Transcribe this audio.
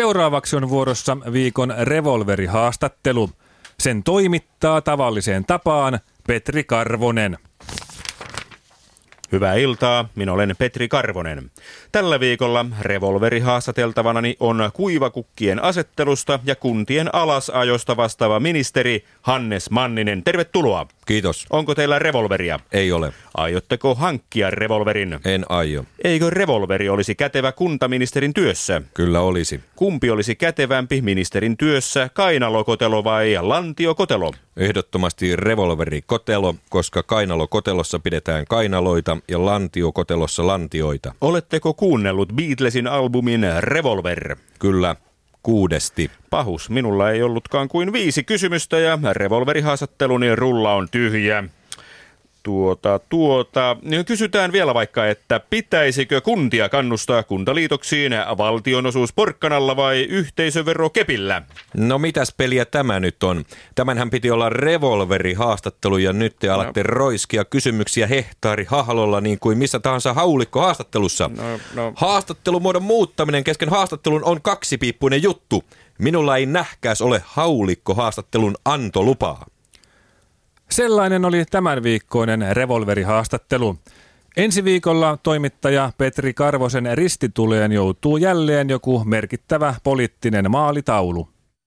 Seuraavaksi on vuorossa viikon revolverihaastattelu. Sen toimittaa tavalliseen tapaan Petri Karvonen. Hyvää iltaa, minä olen Petri Karvonen. Tällä viikolla revolveri haastateltavanani on kuivakukkien asettelusta ja kuntien alasajosta vastaava ministeri Hannes Manninen. Tervetuloa. Kiitos. Onko teillä revolveria? Ei ole. Aiotteko hankkia revolverin? En aio. Eikö revolveri olisi kätevä kuntaministerin työssä? Kyllä olisi. Kumpi olisi kätevämpi ministerin työssä, kainalokotelo vai lantiokotelo? Ehdottomasti revolverikotelo, koska kainalokotelossa pidetään kainaloita ja lantiokotelossa lantioita. Oletteko kuunnellut Beatlesin albumin Revolver? Kyllä, kuudesti. Pahus, minulla ei ollutkaan kuin viisi kysymystä ja revolverihaastatteluni rulla on tyhjä. Tuota, tuota. Kysytään vielä vaikka, että pitäisikö kuntia kannustaa kuntaliitoksiin valtionosuus porkkanalla vai yhteisövero kepillä? No mitäs peliä tämä nyt on? Tämänhän piti olla revolverihaastattelu ja nyt te alatte no. roiskia kysymyksiä hehtaari hahlolla niin kuin missä tahansa haulikko haastattelussa. No, no. Haastattelumuodon muuttaminen kesken haastattelun on kaksipiippuinen juttu. Minulla ei nähkäs ole haulikko haastattelun antolupaa. Sellainen oli tämän viikkoinen revolverihaastattelu. Ensi viikolla toimittaja Petri Karvosen ristituleen joutuu jälleen joku merkittävä poliittinen maalitaulu.